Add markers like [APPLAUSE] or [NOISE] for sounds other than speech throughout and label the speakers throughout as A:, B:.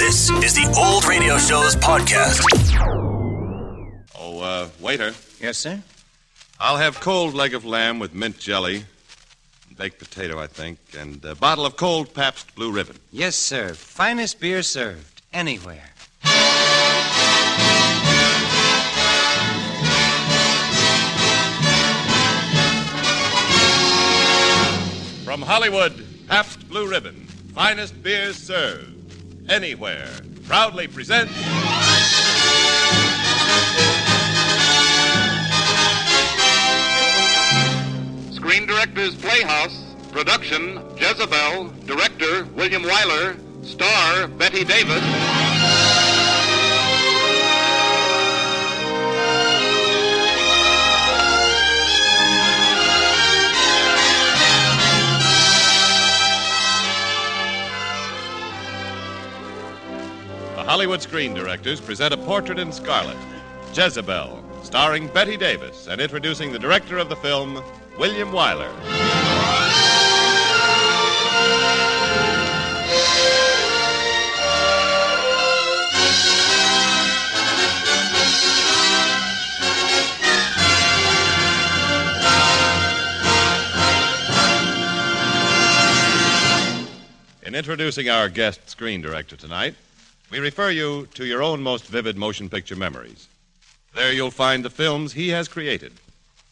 A: This is the Old Radio Show's podcast.
B: Oh, uh, waiter,
C: Yes, sir.
B: I'll have cold leg of lamb with mint jelly, baked potato, I think, and a bottle of cold Pabst Blue Ribbon.
C: Yes, sir. Finest beer served anywhere.
B: From Hollywood, Pabst Blue Ribbon, finest beers served anywhere. Proudly presents.
D: Screen Directors Playhouse, production Jezebel, director William Wyler, star Betty Davis.
B: The Hollywood Screen Directors present A Portrait in Scarlet, Jezebel, starring Betty Davis, and introducing the director of the film, William Wyler. In introducing our guest screen director tonight, we refer you to your own most vivid motion picture memories. There you'll find the films he has created,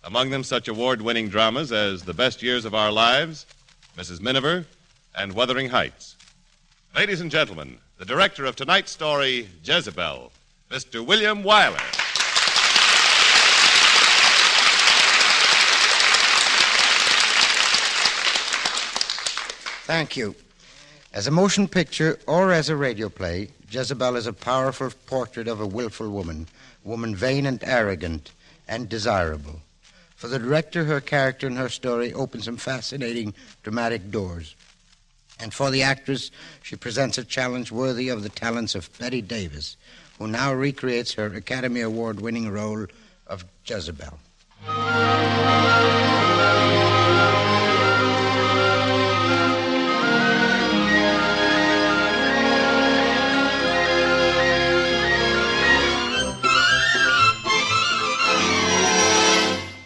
B: among them such award winning dramas as The Best Years of Our Lives, Mrs. Miniver, and Wuthering Heights. Ladies and gentlemen, the director of tonight's story, Jezebel, Mr. William Wyler.
E: Thank you. As a motion picture or as a radio play, Jezebel is a powerful portrait of a willful woman, woman vain and arrogant and desirable. For the director, her character and her story open some fascinating dramatic doors. And for the actress, she presents a challenge worthy of the talents of Betty Davis, who now recreates her Academy Award winning role of Jezebel.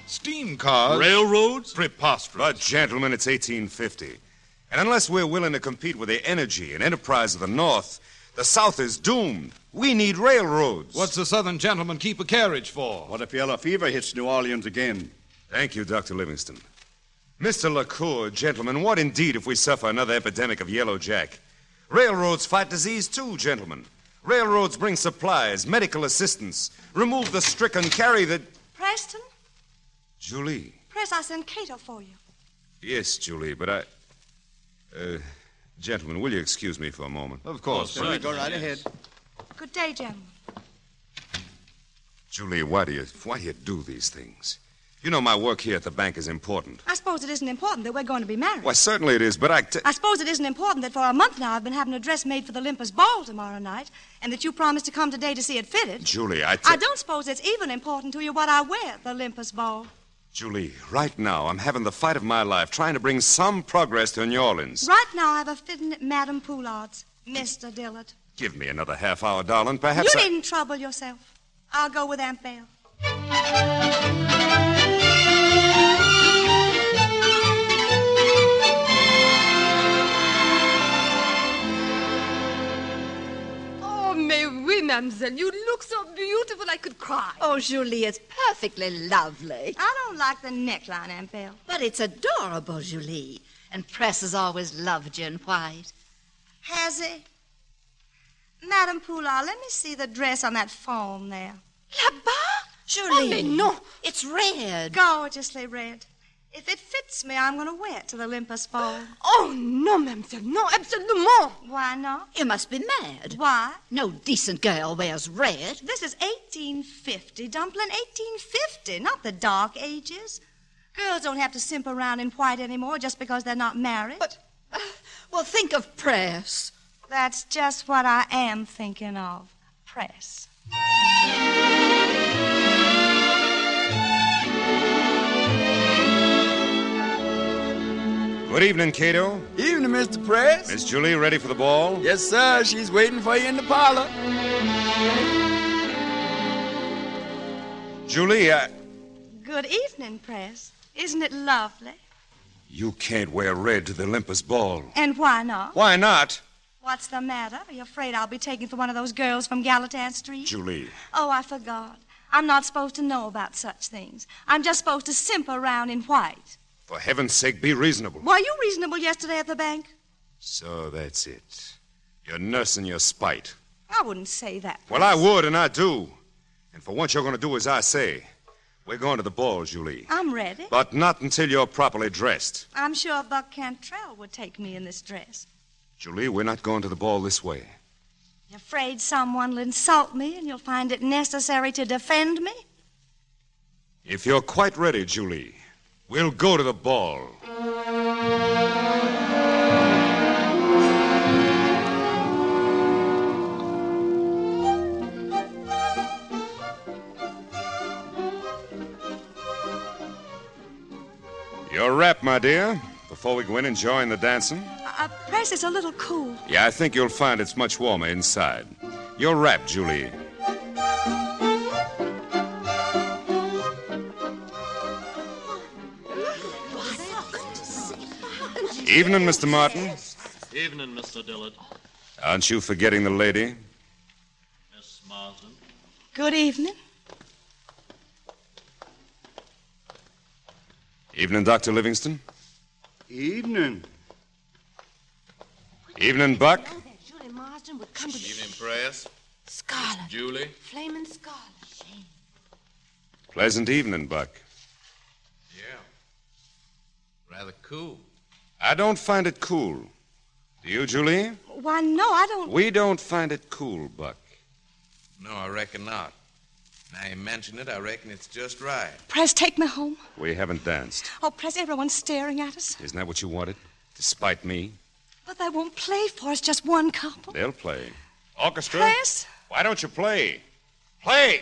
F: Steam cars.
G: Railroads?
F: Preposterous.
G: But, gentlemen, it's 1850. And unless we're willing to compete with the energy and enterprise of the North, the South is doomed. We need railroads.
F: What's the southern gentleman keep a carriage for?
H: What if yellow fever hits New Orleans again?
G: Thank you, Dr. Livingston. Mr. LaCour, gentlemen, what indeed if we suffer another epidemic of yellow jack? Railroads fight disease, too, gentlemen. Railroads bring supplies, medical assistance, remove the stricken, carry the.
I: Preston,
G: Julie.
I: Pres, I sent Cato for you.
G: Yes, Julie, but I. Uh, gentlemen, will you excuse me for a moment? Oh,
F: Of course.
H: Well, you go right ahead.
I: Good day, gentlemen.
G: Julie, why do you why do you do these things? You know my work here at the bank is important.
I: I suppose it isn't important that we're going to be married.
G: Why, certainly it is, but I. T-
I: I suppose it isn't important that for a month now I've been having a dress made for the Olympus ball tomorrow night, and that you promised to come today to see it fitted.
G: Julie, I. T-
I: I don't suppose it's even important to you what I wear at the Olympus ball.
G: Julie, right now I'm having the fight of my life trying to bring some progress to New Orleans.
I: Right now I have a fitting at Madame Poulard's, Mr. Dillard.
G: Give me another half hour, darling. Perhaps
I: you
G: I-
I: needn't trouble yourself. I'll go with Aunt Belle.
J: Oh, mais oui, mademoiselle. You look so beautiful, I could cry.
K: Oh, Julie, it's perfectly lovely.
I: I don't like the neckline, Aunt Belle.
K: But it's adorable, Julie. And Press has always loved you in white.
I: Has he? Madame Poulard, let me see the dress on that form there.
K: Là-bas? Julie.
J: Oh, mais non.
K: It's red.
I: Gorgeously red. If it fits me, I'm going to wear it to the Olympus Ball.
J: Oh, non, mademoiselle, non, absolument.
I: Why not?
K: You must be mad.
I: Why?
K: No decent girl wears red.
I: This is 1850, Dumpling, 1850, not the Dark Ages. Girls don't have to simp around in white anymore just because they're not married.
K: But- Well, think of Press.
I: That's just what I am thinking of. Press.
G: Good evening, Cato.
L: Evening, Mr. Press.
G: Miss Julie, ready for the ball?
L: Yes, sir. She's waiting for you in the parlor.
G: Julie, I...
I: Good evening, Press. Isn't it lovely?
G: You can't wear red to the Olympus ball.
I: And why not?
G: Why not?
I: What's the matter? Are you afraid I'll be taken for one of those girls from Gallatin Street?
G: Julie.
I: Oh, I forgot. I'm not supposed to know about such things. I'm just supposed to simper around in white.
G: For heaven's sake, be reasonable.
I: Were you reasonable yesterday at the bank?
G: So that's it. You're nursing your spite.
I: I wouldn't say that.
G: Well, I would, and I do. And for once, you're going to do as I say. We're going to the ball, Julie.
I: I'm ready.
G: But not until you're properly dressed.
I: I'm sure Buck Cantrell would take me in this dress.
G: Julie, we're not going to the ball this way.
I: You're afraid someone will insult me and you'll find it necessary to defend me?
G: If you're quite ready, Julie, we'll go to the ball. Your wrap, my dear, before we go in and join the dancing.
I: Uh, press is a little cool.
G: Yeah, I think you'll find it's much warmer inside. Your wrap, Julie. Evening, Mr. Martin.
M: Evening, Mr. Dillard.
G: Aren't you forgetting the lady?
M: Miss Marsden.
I: Good evening.
G: Evening, Dr. Livingston.
H: Evening.
G: Evening, Buck.
N: Julie Marsden would come to the
B: Evening, Press.
N: Scarlet.
B: Julie.
N: Flaming Scarlet. Shame.
G: Pleasant evening, Buck.
F: Yeah. Rather cool.
G: I don't find it cool. Do you, Julie?
I: Why, no, I don't.
G: We don't find it cool, Buck.
F: No, I reckon not. Now you mention it, I reckon it's just right.
I: Press, take me home.
G: We haven't danced.
I: Oh, Press, everyone's staring at us.
G: Isn't that what you wanted? Despite me?
I: But they won't play for us, just one couple.
G: They'll play. Orchestra?
I: Press?
G: Why don't you play? Play!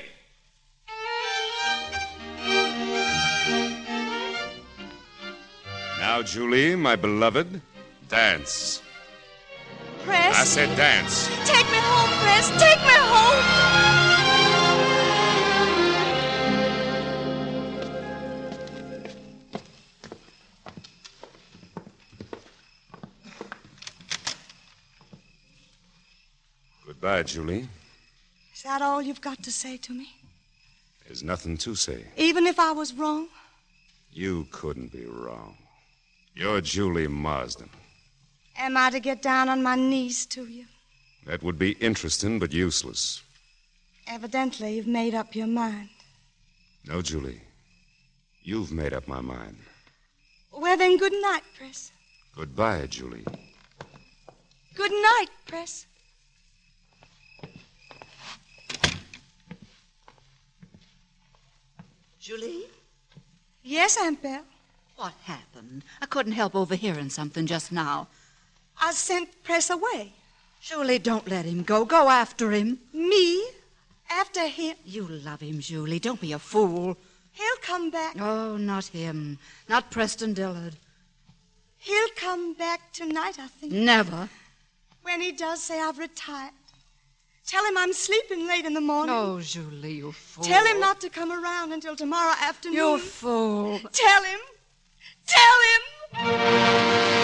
G: Now, Julie, my beloved, dance.
I: Press?
G: I said dance.
I: Take me home, Press. Take me home.
G: Goodbye, Julie.
I: Is that all you've got to say to me?
G: There's nothing to say.
I: Even if I was wrong?
G: You couldn't be wrong. You're Julie Marsden.
I: Am I to get down on my knees to you?
G: That would be interesting but useless.
I: Evidently, you've made up your mind.
G: No, Julie. You've made up my mind.
I: Well, then, good night, Press.
G: Goodbye, Julie.
I: Good night, Press.
K: Julie?
I: Yes, Aunt Belle.
K: What happened? I couldn't help overhearing something just now.
I: I sent Press away.
K: Julie, don't let him go. Go after him.
I: Me? After him?
K: You love him, Julie. Don't be a fool.
I: He'll come back.
K: Oh, not him. Not Preston Dillard.
I: He'll come back tonight, I think.
K: Never.
I: When he does say I've retired. Tell him I'm sleeping late in the morning.
K: No, Julie, you fool.
I: Tell him not to come around until tomorrow afternoon.
K: You fool.
I: Tell him. Tell him.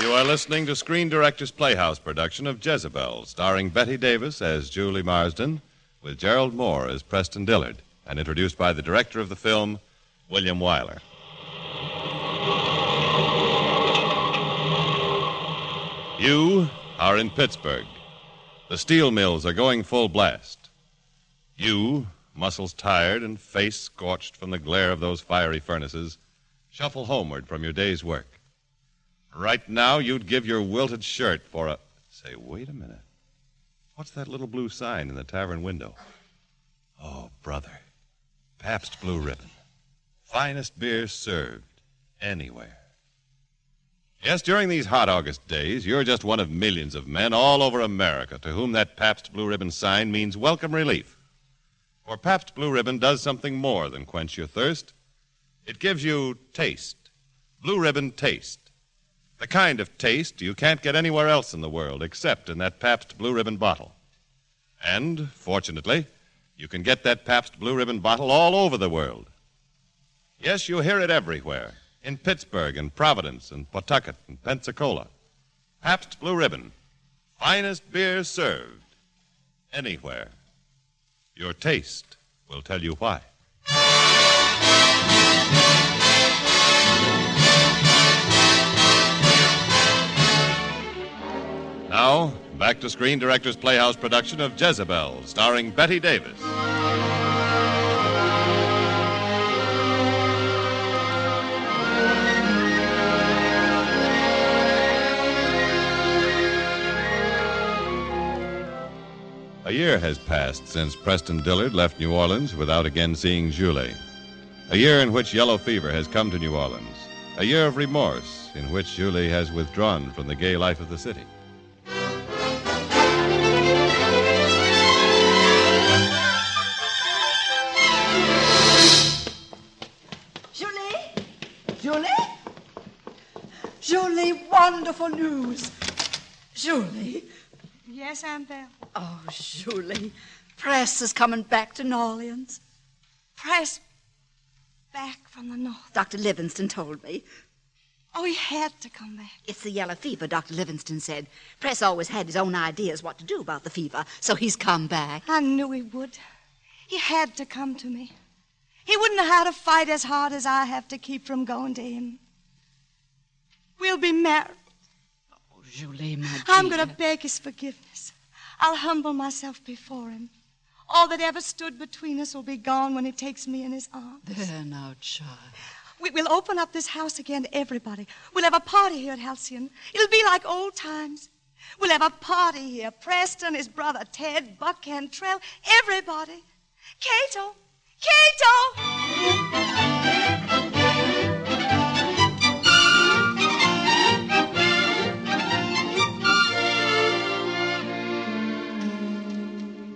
B: You are listening to Screen Directors Playhouse production of Jezebel, starring Betty Davis as Julie Marsden, with Gerald Moore as Preston Dillard, and introduced by the director of the film, William Wyler. You are in Pittsburgh. The steel mills are going full blast. You, muscles tired and face scorched from the glare of those fiery furnaces, shuffle homeward from your day's work. Right now, you'd give your wilted shirt for a. Say, wait a minute. What's that little blue sign in the tavern window? Oh, brother. Pabst Blue Ribbon. Finest beer served anywhere. Yes, during these hot August days, you're just one of millions of men all over America to whom that Pabst Blue Ribbon sign means welcome relief. For Pabst Blue Ribbon does something more than quench your thirst. It gives you taste. Blue Ribbon taste. The kind of taste you can't get anywhere else in the world except in that Pabst Blue Ribbon bottle. And, fortunately, you can get that Pabst Blue Ribbon bottle all over the world. Yes, you hear it everywhere in Pittsburgh and Providence and Pawtucket and Pensacola. Pabst Blue Ribbon, finest beer served anywhere. Your taste will tell you why. Now, back to Screen Directors Playhouse production of Jezebel, starring Betty Davis. A year has passed since Preston Dillard left New Orleans without again seeing Julie. A year in which yellow fever has come to New Orleans. A year of remorse in which Julie has withdrawn from the gay life of the city.
O: Julie? Julie? Julie, wonderful news. Julie,
I: Yes, Aunt Belle.
K: Oh, Julie, Press is coming back to New Orleans.
I: Press back from the north.
K: Dr. Livingston told me.
I: Oh, he had to come back.
K: It's the yellow fever, Dr. Livingston said. Press always had his own ideas what to do about the fever, so he's come back.
I: I knew he would. He had to come to me. He wouldn't know how to fight as hard as I have to keep from going to him. We'll be married.
K: Julie, my dear.
I: I'm going to beg his forgiveness. I'll humble myself before him. All that ever stood between us will be gone when he takes me in his arms.
K: There now, child.
I: We, we'll open up this house again to everybody. We'll have a party here at Halcyon. It'll be like old times. We'll have a party here. Preston, his brother Ted, Buck Cantrell, everybody. Cato, Cato!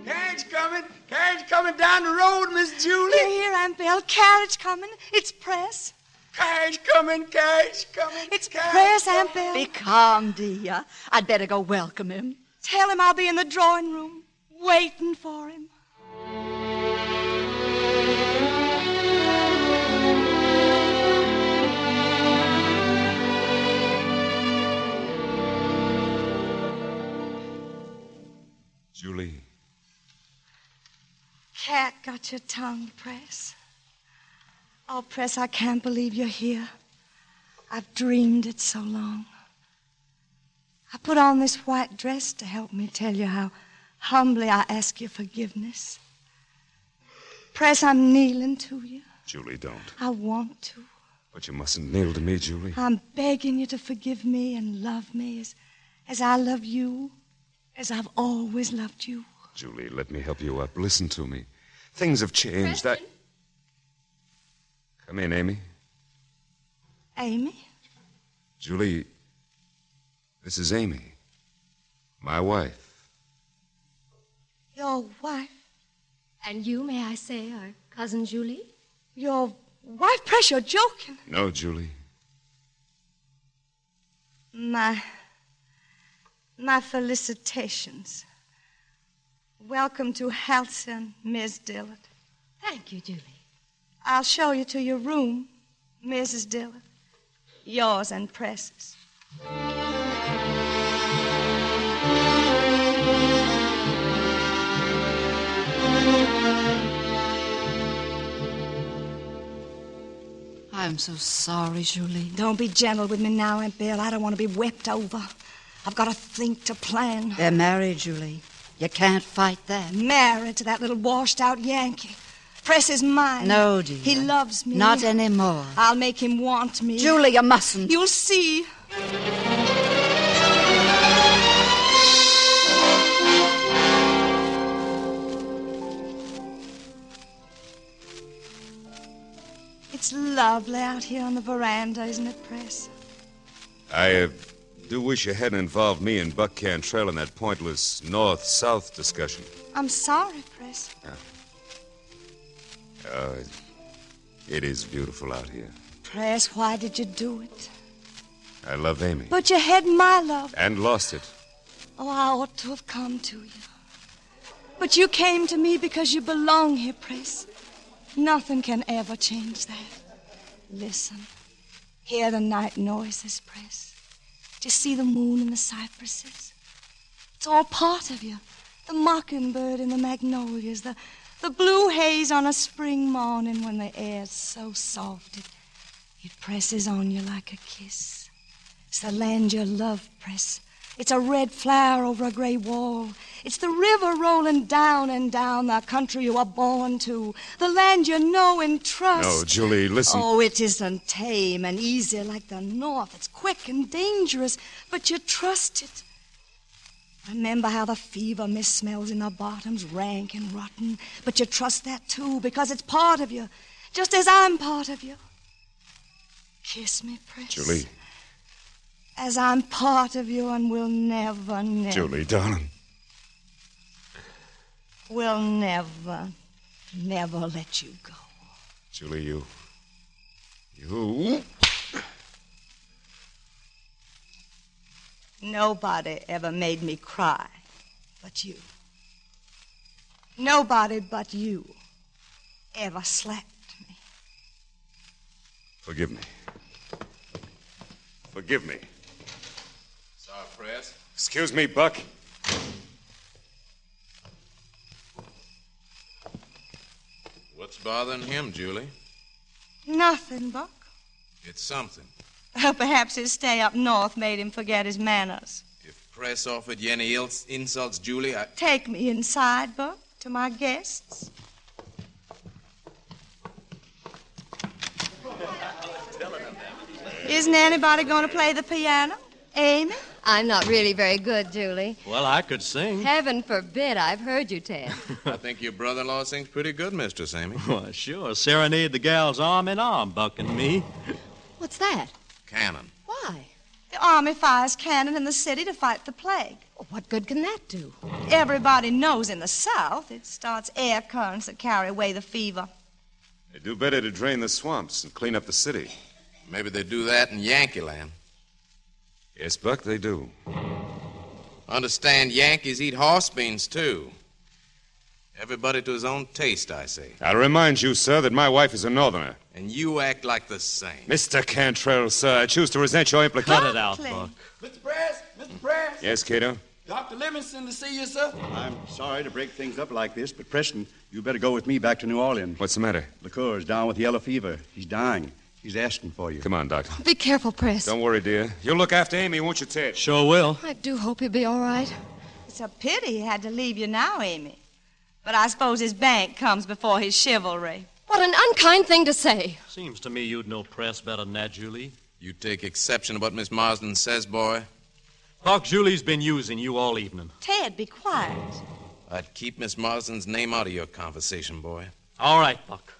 L: Carriage coming. Carriage coming down the road, Miss Julie.
I: We're here, Aunt Belle. Carriage coming. It's press.
L: Carriage coming. Carriage coming.
I: It's press, Aunt Belle.
K: Be calm, dear. I'd better go welcome him.
I: Tell him I'll be in the drawing room waiting for him.
G: Julie,
I: Cat got your tongue, Press. Oh, Press, I can't believe you're here. I've dreamed it so long. I put on this white dress to help me tell you how humbly I ask your forgiveness. Press, I'm kneeling to you.
G: Julie, don't.
I: I want to.
G: But you mustn't kneel to me, Julie.
I: I'm begging you to forgive me and love me as, as I love you, as I've always loved you.
G: Julie, let me help you up. Listen to me. Things have changed. I... Come in, Amy.
I: Amy?
G: Julie, this is Amy, my wife.
I: Your wife.
N: And you, may I say, are Cousin Julie?
I: Your wife? Press, you're joking.
G: No, Julie.
I: My. My felicitations. Welcome to Halcyon, Miss Dillard.
N: Thank you, Julie.
I: I'll show you to your room, Mrs. Dillard. Yours and Press's.
K: I'm so sorry, Julie.
I: Don't be gentle with me now, Aunt Bill. I don't want to be wept over. I've got to think to plan.
K: They're married, Julie. You can't fight that.
I: Married to that little washed out Yankee. Press is mine.
K: No, dear.
I: He loves me.
K: Not anymore.
I: I'll make him want me.
K: Julie, you mustn't.
I: You'll see. It's lovely out here on the veranda, isn't it, Press?
B: I uh, do wish you hadn't involved me and Buck Cantrell in that pointless north south discussion.
I: I'm sorry, Press.
B: Uh, it is beautiful out here.
I: Press, why did you do it?
B: I love Amy.
I: But you had my love.
B: And lost it.
I: Oh, I ought to have come to you. But you came to me because you belong here, Press. Nothing can ever change that. Listen. Hear the night noises, Press. Do you see the moon and the cypresses? It's all part of you. The mockingbird and the magnolias, the, the blue haze on a spring morning when the air's so soft it, it presses on you like a kiss. It's the land you love, Press. It's a red flower over a gray wall. It's the river rolling down and down the country you are born to, the land you know and trust.
B: No, Julie, listen.
I: Oh, it isn't tame and easy like the north. It's quick and dangerous, but you trust it. Remember how the fever mist smells in the bottoms, rank and rotten, but you trust that too because it's part of you, just as I'm part of you. Kiss me, Prince.
B: Julie,
I: As I'm part of you and will never, never.
B: Julie, darling.
I: Will never, never let you go.
B: Julie, you. You.
I: Nobody ever made me cry but you. Nobody but you ever slapped.
B: Forgive me. Forgive me.
G: Sorry, Press.
B: Excuse me, Buck.
G: What's bothering him, Julie?
I: Nothing, Buck. [LAUGHS]
G: It's something.
I: Perhaps his stay up north made him forget his manners.
G: Press offered you any else insults, Julie. I...
I: Take me inside, Buck, to my guests. Isn't anybody going to play the piano? Amy?
K: I'm not really very good, Julie.
M: Well, I could sing.
K: Heaven forbid I've heard
M: [LAUGHS]
K: you, Ted.
G: I think your brother-in-law sings pretty good, Mistress Amy.
M: Why, sure. Serenade the gals arm in arm, Buck and me.
K: What's that?
G: Cannon.
K: Why?
I: The army fires cannon in the city to fight the plague.
K: What good can that do?
I: Everybody knows in the South it starts air currents that carry away the fever.
B: They do better to drain the swamps and clean up the city.
G: Maybe they do that in Yankee land.
B: Yes, Buck, they do.
G: Understand Yankees eat horse beans, too. Everybody to his own taste, I say.
B: I'll remind you, sir, that my wife is a northerner.
G: And you act like the same.
B: Mr. Cantrell, sir, I choose to resent your implication.
M: Cut it out, Buck.
P: Mr. Press, Mr. Press.
B: Yes, Cato?
P: Dr. Livingston to see you, sir.
H: I'm sorry to break things up like this, but Preston, you better go with me back to New Orleans.
B: What's the matter?
H: Lacour's down with yellow fever. He's dying. He's asking for you.
B: Come on, Doctor.
K: Be careful, Press.
B: Don't worry, dear. You'll look after Amy, won't you, Ted?
M: Sure will.
K: I do hope he'll be all right.
I: It's a pity he had to leave you now, Amy. But I suppose his bank comes before his chivalry.
K: What an unkind thing to say.
M: Seems to me you'd know Press better than that, Julie.
G: You take exception to what Miss Marsden says, boy.
M: Buck, Julie's been using you all evening.
I: Ted, be quiet.
G: I'd keep Miss Marsden's name out of your conversation, boy.
M: All right, Buck.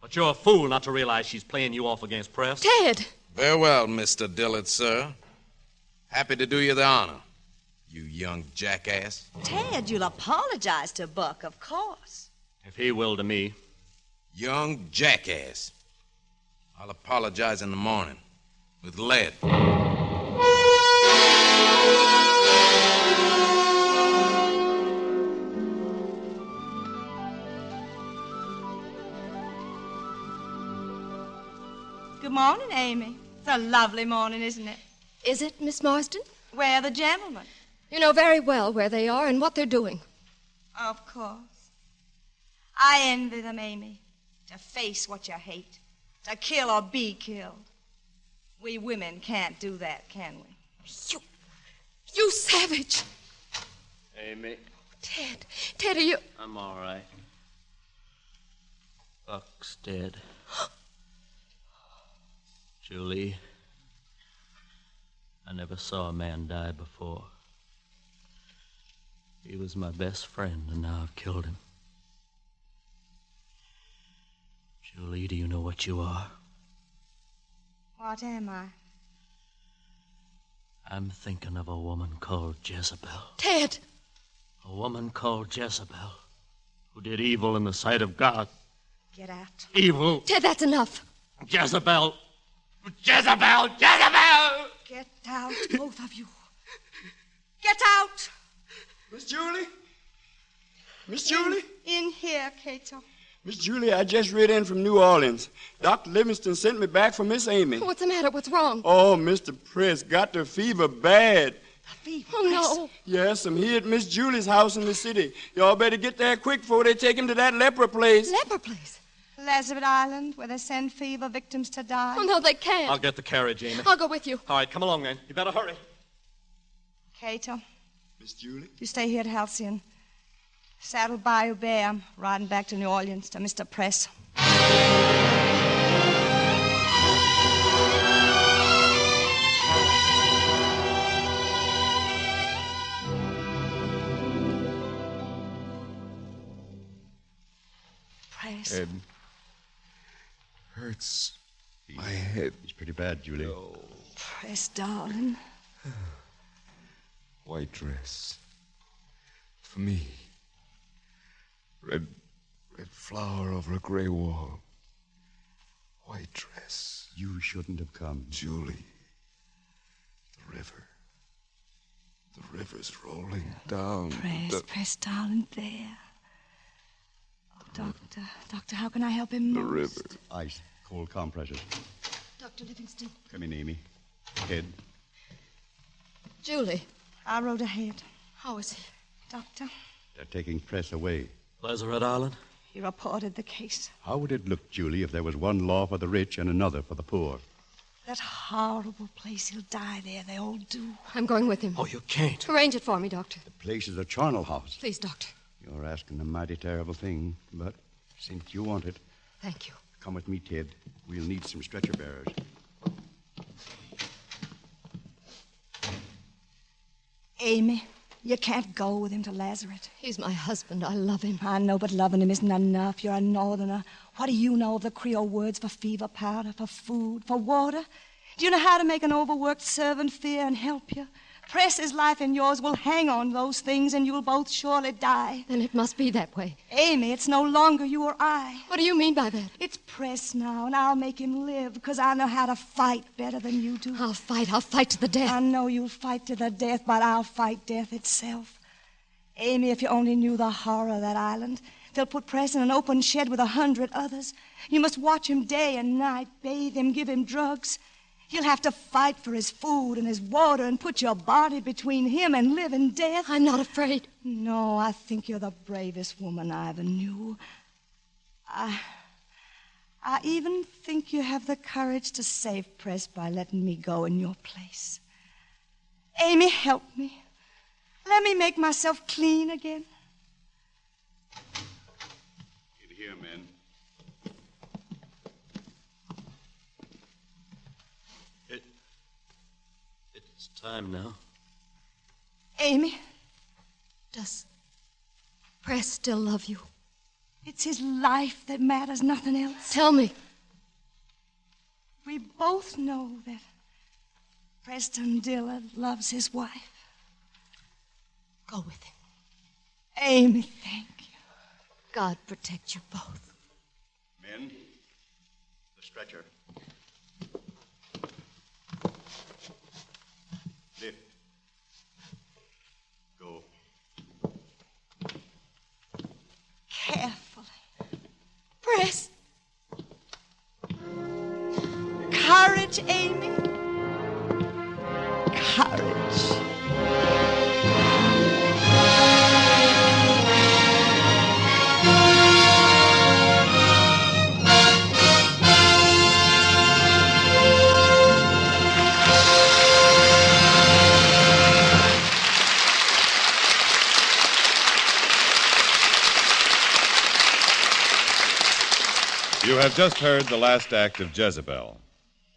M: But you're a fool not to realize she's playing you off against Press.
K: Ted!
G: Very well, Mr. Dillard, sir. Happy to do you the honor, you young jackass.
I: Ted, you'll apologize to Buck, of course.
M: If he will to me.
G: Young jackass. I'll apologize in the morning with lead.
I: Good morning, Amy. It's a lovely morning, isn't it?
K: Is it, Miss Marsden?
I: Where are the gentlemen?
K: You know very well where they are and what they're doing.
I: Of course. I envy them, Amy. To face what you hate, to kill or be killed. We women can't do that, can we?
K: You. You savage!
M: Amy,
K: Ted, Ted, are you.
M: I'm all right. Buck's dead. [GASPS] Julie, I never saw a man die before. He was my best friend, and now I've killed him. Julie, do you know what you are?
I: What am I?
Q: I'm thinking of a woman called Jezebel.
K: Ted!
Q: A woman called Jezebel who did evil in the sight of God.
I: Get out.
Q: Evil.
K: Ted, that's enough.
Q: Jezebel. Jezebel. Jezebel.
I: Get out, both of you. Get out!
R: Miss Julie? Miss Julie?
I: In here, Cato.
R: Miss Julie, I just read in from New Orleans. Dr. Livingston sent me back for Miss Amy.
K: What's the matter? What's wrong?
R: Oh, Mr. Prince got the fever bad.
K: Oh, no.
R: Yes, I'm here at Miss Julie's house in the city. Y'all better get there quick before they take him to that leper place.
K: Leper place?
I: Lazarus Island, where they send fever victims to die.
K: Oh, no, they can't.
Q: I'll get the carriage, Amy.
K: I'll go with you.
Q: All right, come along then. You better hurry.
I: Cato,
R: Miss Julie?
I: you stay here at Halcyon. Saddle Bayou Bear. I'm riding back to New Orleans to Mr. Press. Press.
G: Head hurts. My head. It's pretty bad, Julie.
I: Press, darling.
G: White dress. For me. Red, red flower over a gray wall. White dress. You shouldn't have come. Julie. The river. The river's rolling down.
I: Press,
G: The-
I: press, darling, there. Oh, doctor, doctor, how can I help him?
G: the
I: most?
G: river. Ice. Cold compresses.
K: Dr. Livingston.
G: Come in, Amy. Head.
K: Julie.
I: I rode ahead.
K: How is he?
I: Doctor,
H: They're taking Press away.
Q: Lazarus Island?
I: he reported the case.
H: How would it look, Julie, if there was one law for the rich and another for the poor?
I: That horrible place. He'll die there. They all do.
K: I'm going with him.
Q: Oh, you can't.
K: Arrange it for me, Doctor.
H: The place is a charnel house.
K: Please, Doctor.
H: You're asking a mighty terrible thing, but since you want it,
K: Thank you.
H: come with me, Ted. We'll need some stretcher bearers.
I: Amy, you can't go with him to Lazarus.
K: He's my husband. I love him.
I: I know, but loving him isn't enough. You're a northerner. What do you know of the Creole words for fever powder, for food, for water? Do you know how to make an overworked servant fear and help you? Press's life and yours will hang on those things, and you'll both surely die.
K: Then it must be that way.
I: Amy, it's no longer you or I.
K: What do you mean by that?
I: It's Press now, and I'll make him live because I know how to fight better than you do.
K: I'll fight. I'll fight to the death.
I: I know you'll fight to the death, but I'll fight death itself. Amy, if you only knew the horror of that island, they'll put Press in an open shed with a hundred others. You must watch him day and night, bathe him, give him drugs. You'll have to fight for his food and his water and put your body between him and living death.
K: I'm not afraid.
I: No, I think you're the bravest woman I ever knew. I. I even think you have the courage to save Press by letting me go in your place. Amy, help me. Let me make myself clean again.
H: In here, men.
Q: It's time now.
I: Amy,
K: Does Press still love you?
I: it's his life that matters, nothing else.
K: Tell me.
I: We both know that Preston Dillard loves his wife.
K: Go with him.
I: Amy, thank you.
K: God protect you both.
H: Men, the stretcher. Lift. Go.
I: Carefully.
K: Press.
I: Courage, Amy. Courage.
B: You have just heard the last act of Jezebel.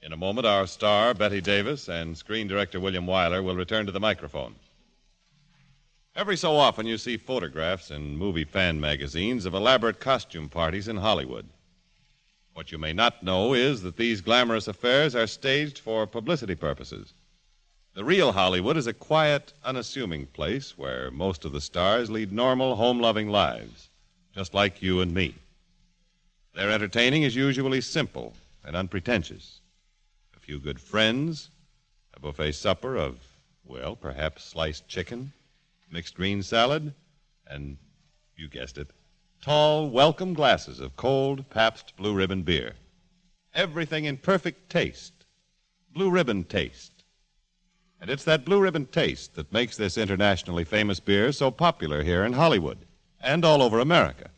B: In a moment, our star, Betty Davis, and screen director William Wyler will return to the microphone. Every so often, you see photographs in movie fan magazines of elaborate costume parties in Hollywood. What you may not know is that these glamorous affairs are staged for publicity purposes. The real Hollywood is a quiet, unassuming place where most of the stars lead normal, home loving lives, just like you and me. Their entertaining is usually simple and unpretentious. A few good friends, a buffet supper of, well, perhaps sliced chicken, mixed green salad, and, you guessed it, tall, welcome glasses of cold Pabst Blue Ribbon beer. Everything in perfect taste. Blue Ribbon taste. And it's that Blue Ribbon taste that makes this internationally famous beer so popular here in Hollywood and all over America.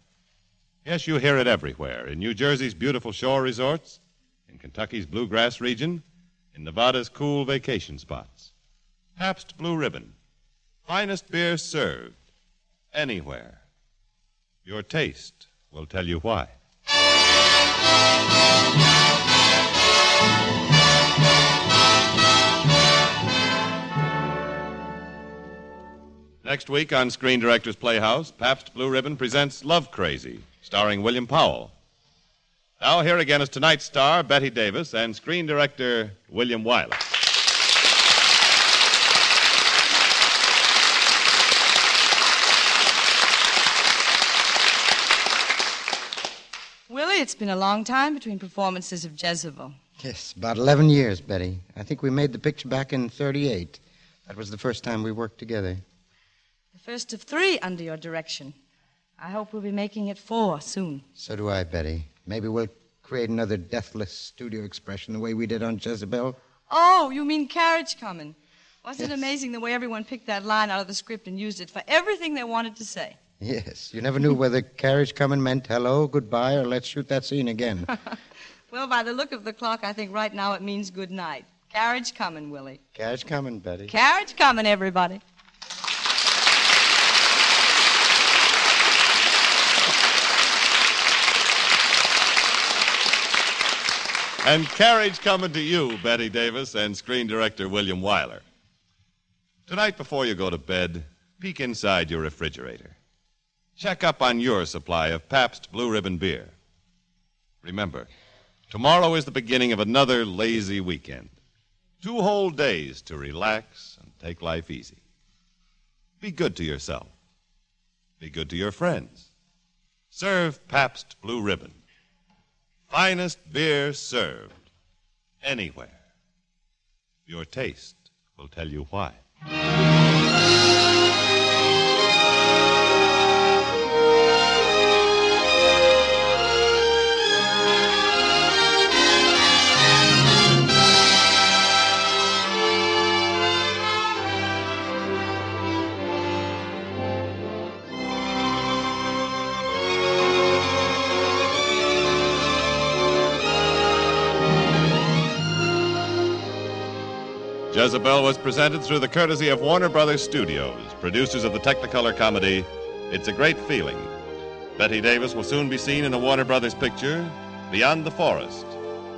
B: Yes, you hear it everywhere in New Jersey's beautiful shore resorts, in Kentucky's bluegrass region, in Nevada's cool vacation spots. Pabst Blue Ribbon. Finest beer served anywhere. Your taste will tell you why. Next week on Screen Directors Playhouse, Pabst Blue Ribbon presents Love Crazy, starring William Powell. Now, here again is tonight's star, Betty Davis, and screen director, William Wyler.
I: Willie, it's been a long time between performances of Jezebel.
E: Yes, about 11 years, Betty. I think we made the picture back in 38. That was the first time we worked together.
I: The first of three under your direction. I hope we'll be making it four soon.
E: So do I, Betty. Maybe we'll create another deathless studio expression the way we did on Jezebel.
I: Oh, you mean Carriage Coming. Wasn't it amazing the way everyone picked that line out of the script and used it for everything they wanted to say?
E: Yes, you never knew whether carriage coming meant hello, goodbye, or let's shoot that scene again.
I: Well, by the look of the clock, I think right now it means good night. Carriage coming, Willie.
E: carriage coming, Betty.
I: Carriage coming, everybody.
B: And carriage coming to you, Betty Davis and screen director William Wyler. Tonight, before you go to bed, peek inside your refrigerator. Check up on your supply of Pabst Blue Ribbon beer. Remember, tomorrow is the beginning of another lazy weekend. Two whole days to relax and take life easy. Be good to yourself. Be good to your friends. Serve Pabst Blue Ribbon. Finest beer served anywhere. Your taste will tell you why. Jezebel was presented through the courtesy of Warner Brothers Studios, producers of the Technicolor comedy It's a Great Feeling. Betty Davis will soon be seen in a Warner Brothers picture, Beyond the Forest.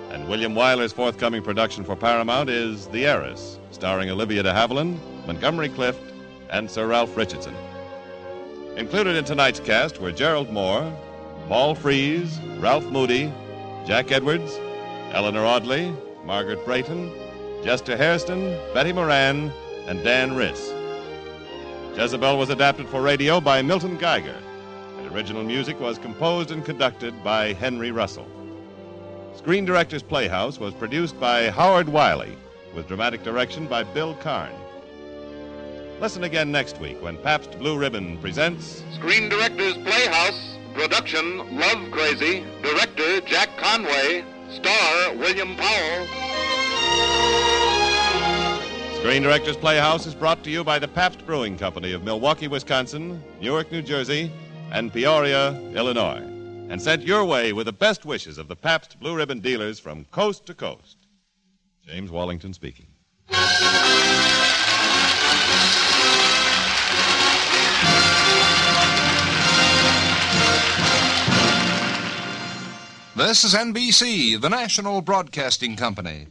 B: And William Wyler's forthcoming production for Paramount is The Heiress, starring Olivia de Havilland, Montgomery Clift, and Sir Ralph Richardson. Included in tonight's cast were Gerald Moore, Paul Fries, Ralph Moody, Jack Edwards, Eleanor Audley, Margaret Brayton, Jester Hairston, Betty Moran, and Dan Riss. Jezebel was adapted for radio by Milton Geiger, and original music was composed and conducted by Henry Russell. Screen Directors Playhouse was produced by Howard Wiley, with dramatic direction by Bill Karn. Listen again next week when Pabst Blue Ribbon presents
D: Screen Directors Playhouse, production Love Crazy, director Jack Conway, star William Powell.
B: Screen Directors Playhouse is brought to you by the Pabst Brewing Company of Milwaukee, Wisconsin, Newark, New Jersey, and Peoria, Illinois, and sent your way with the best wishes of the Pabst Blue Ribbon dealers from coast to coast. James Wallington speaking.
S: This is NBC, the national broadcasting company.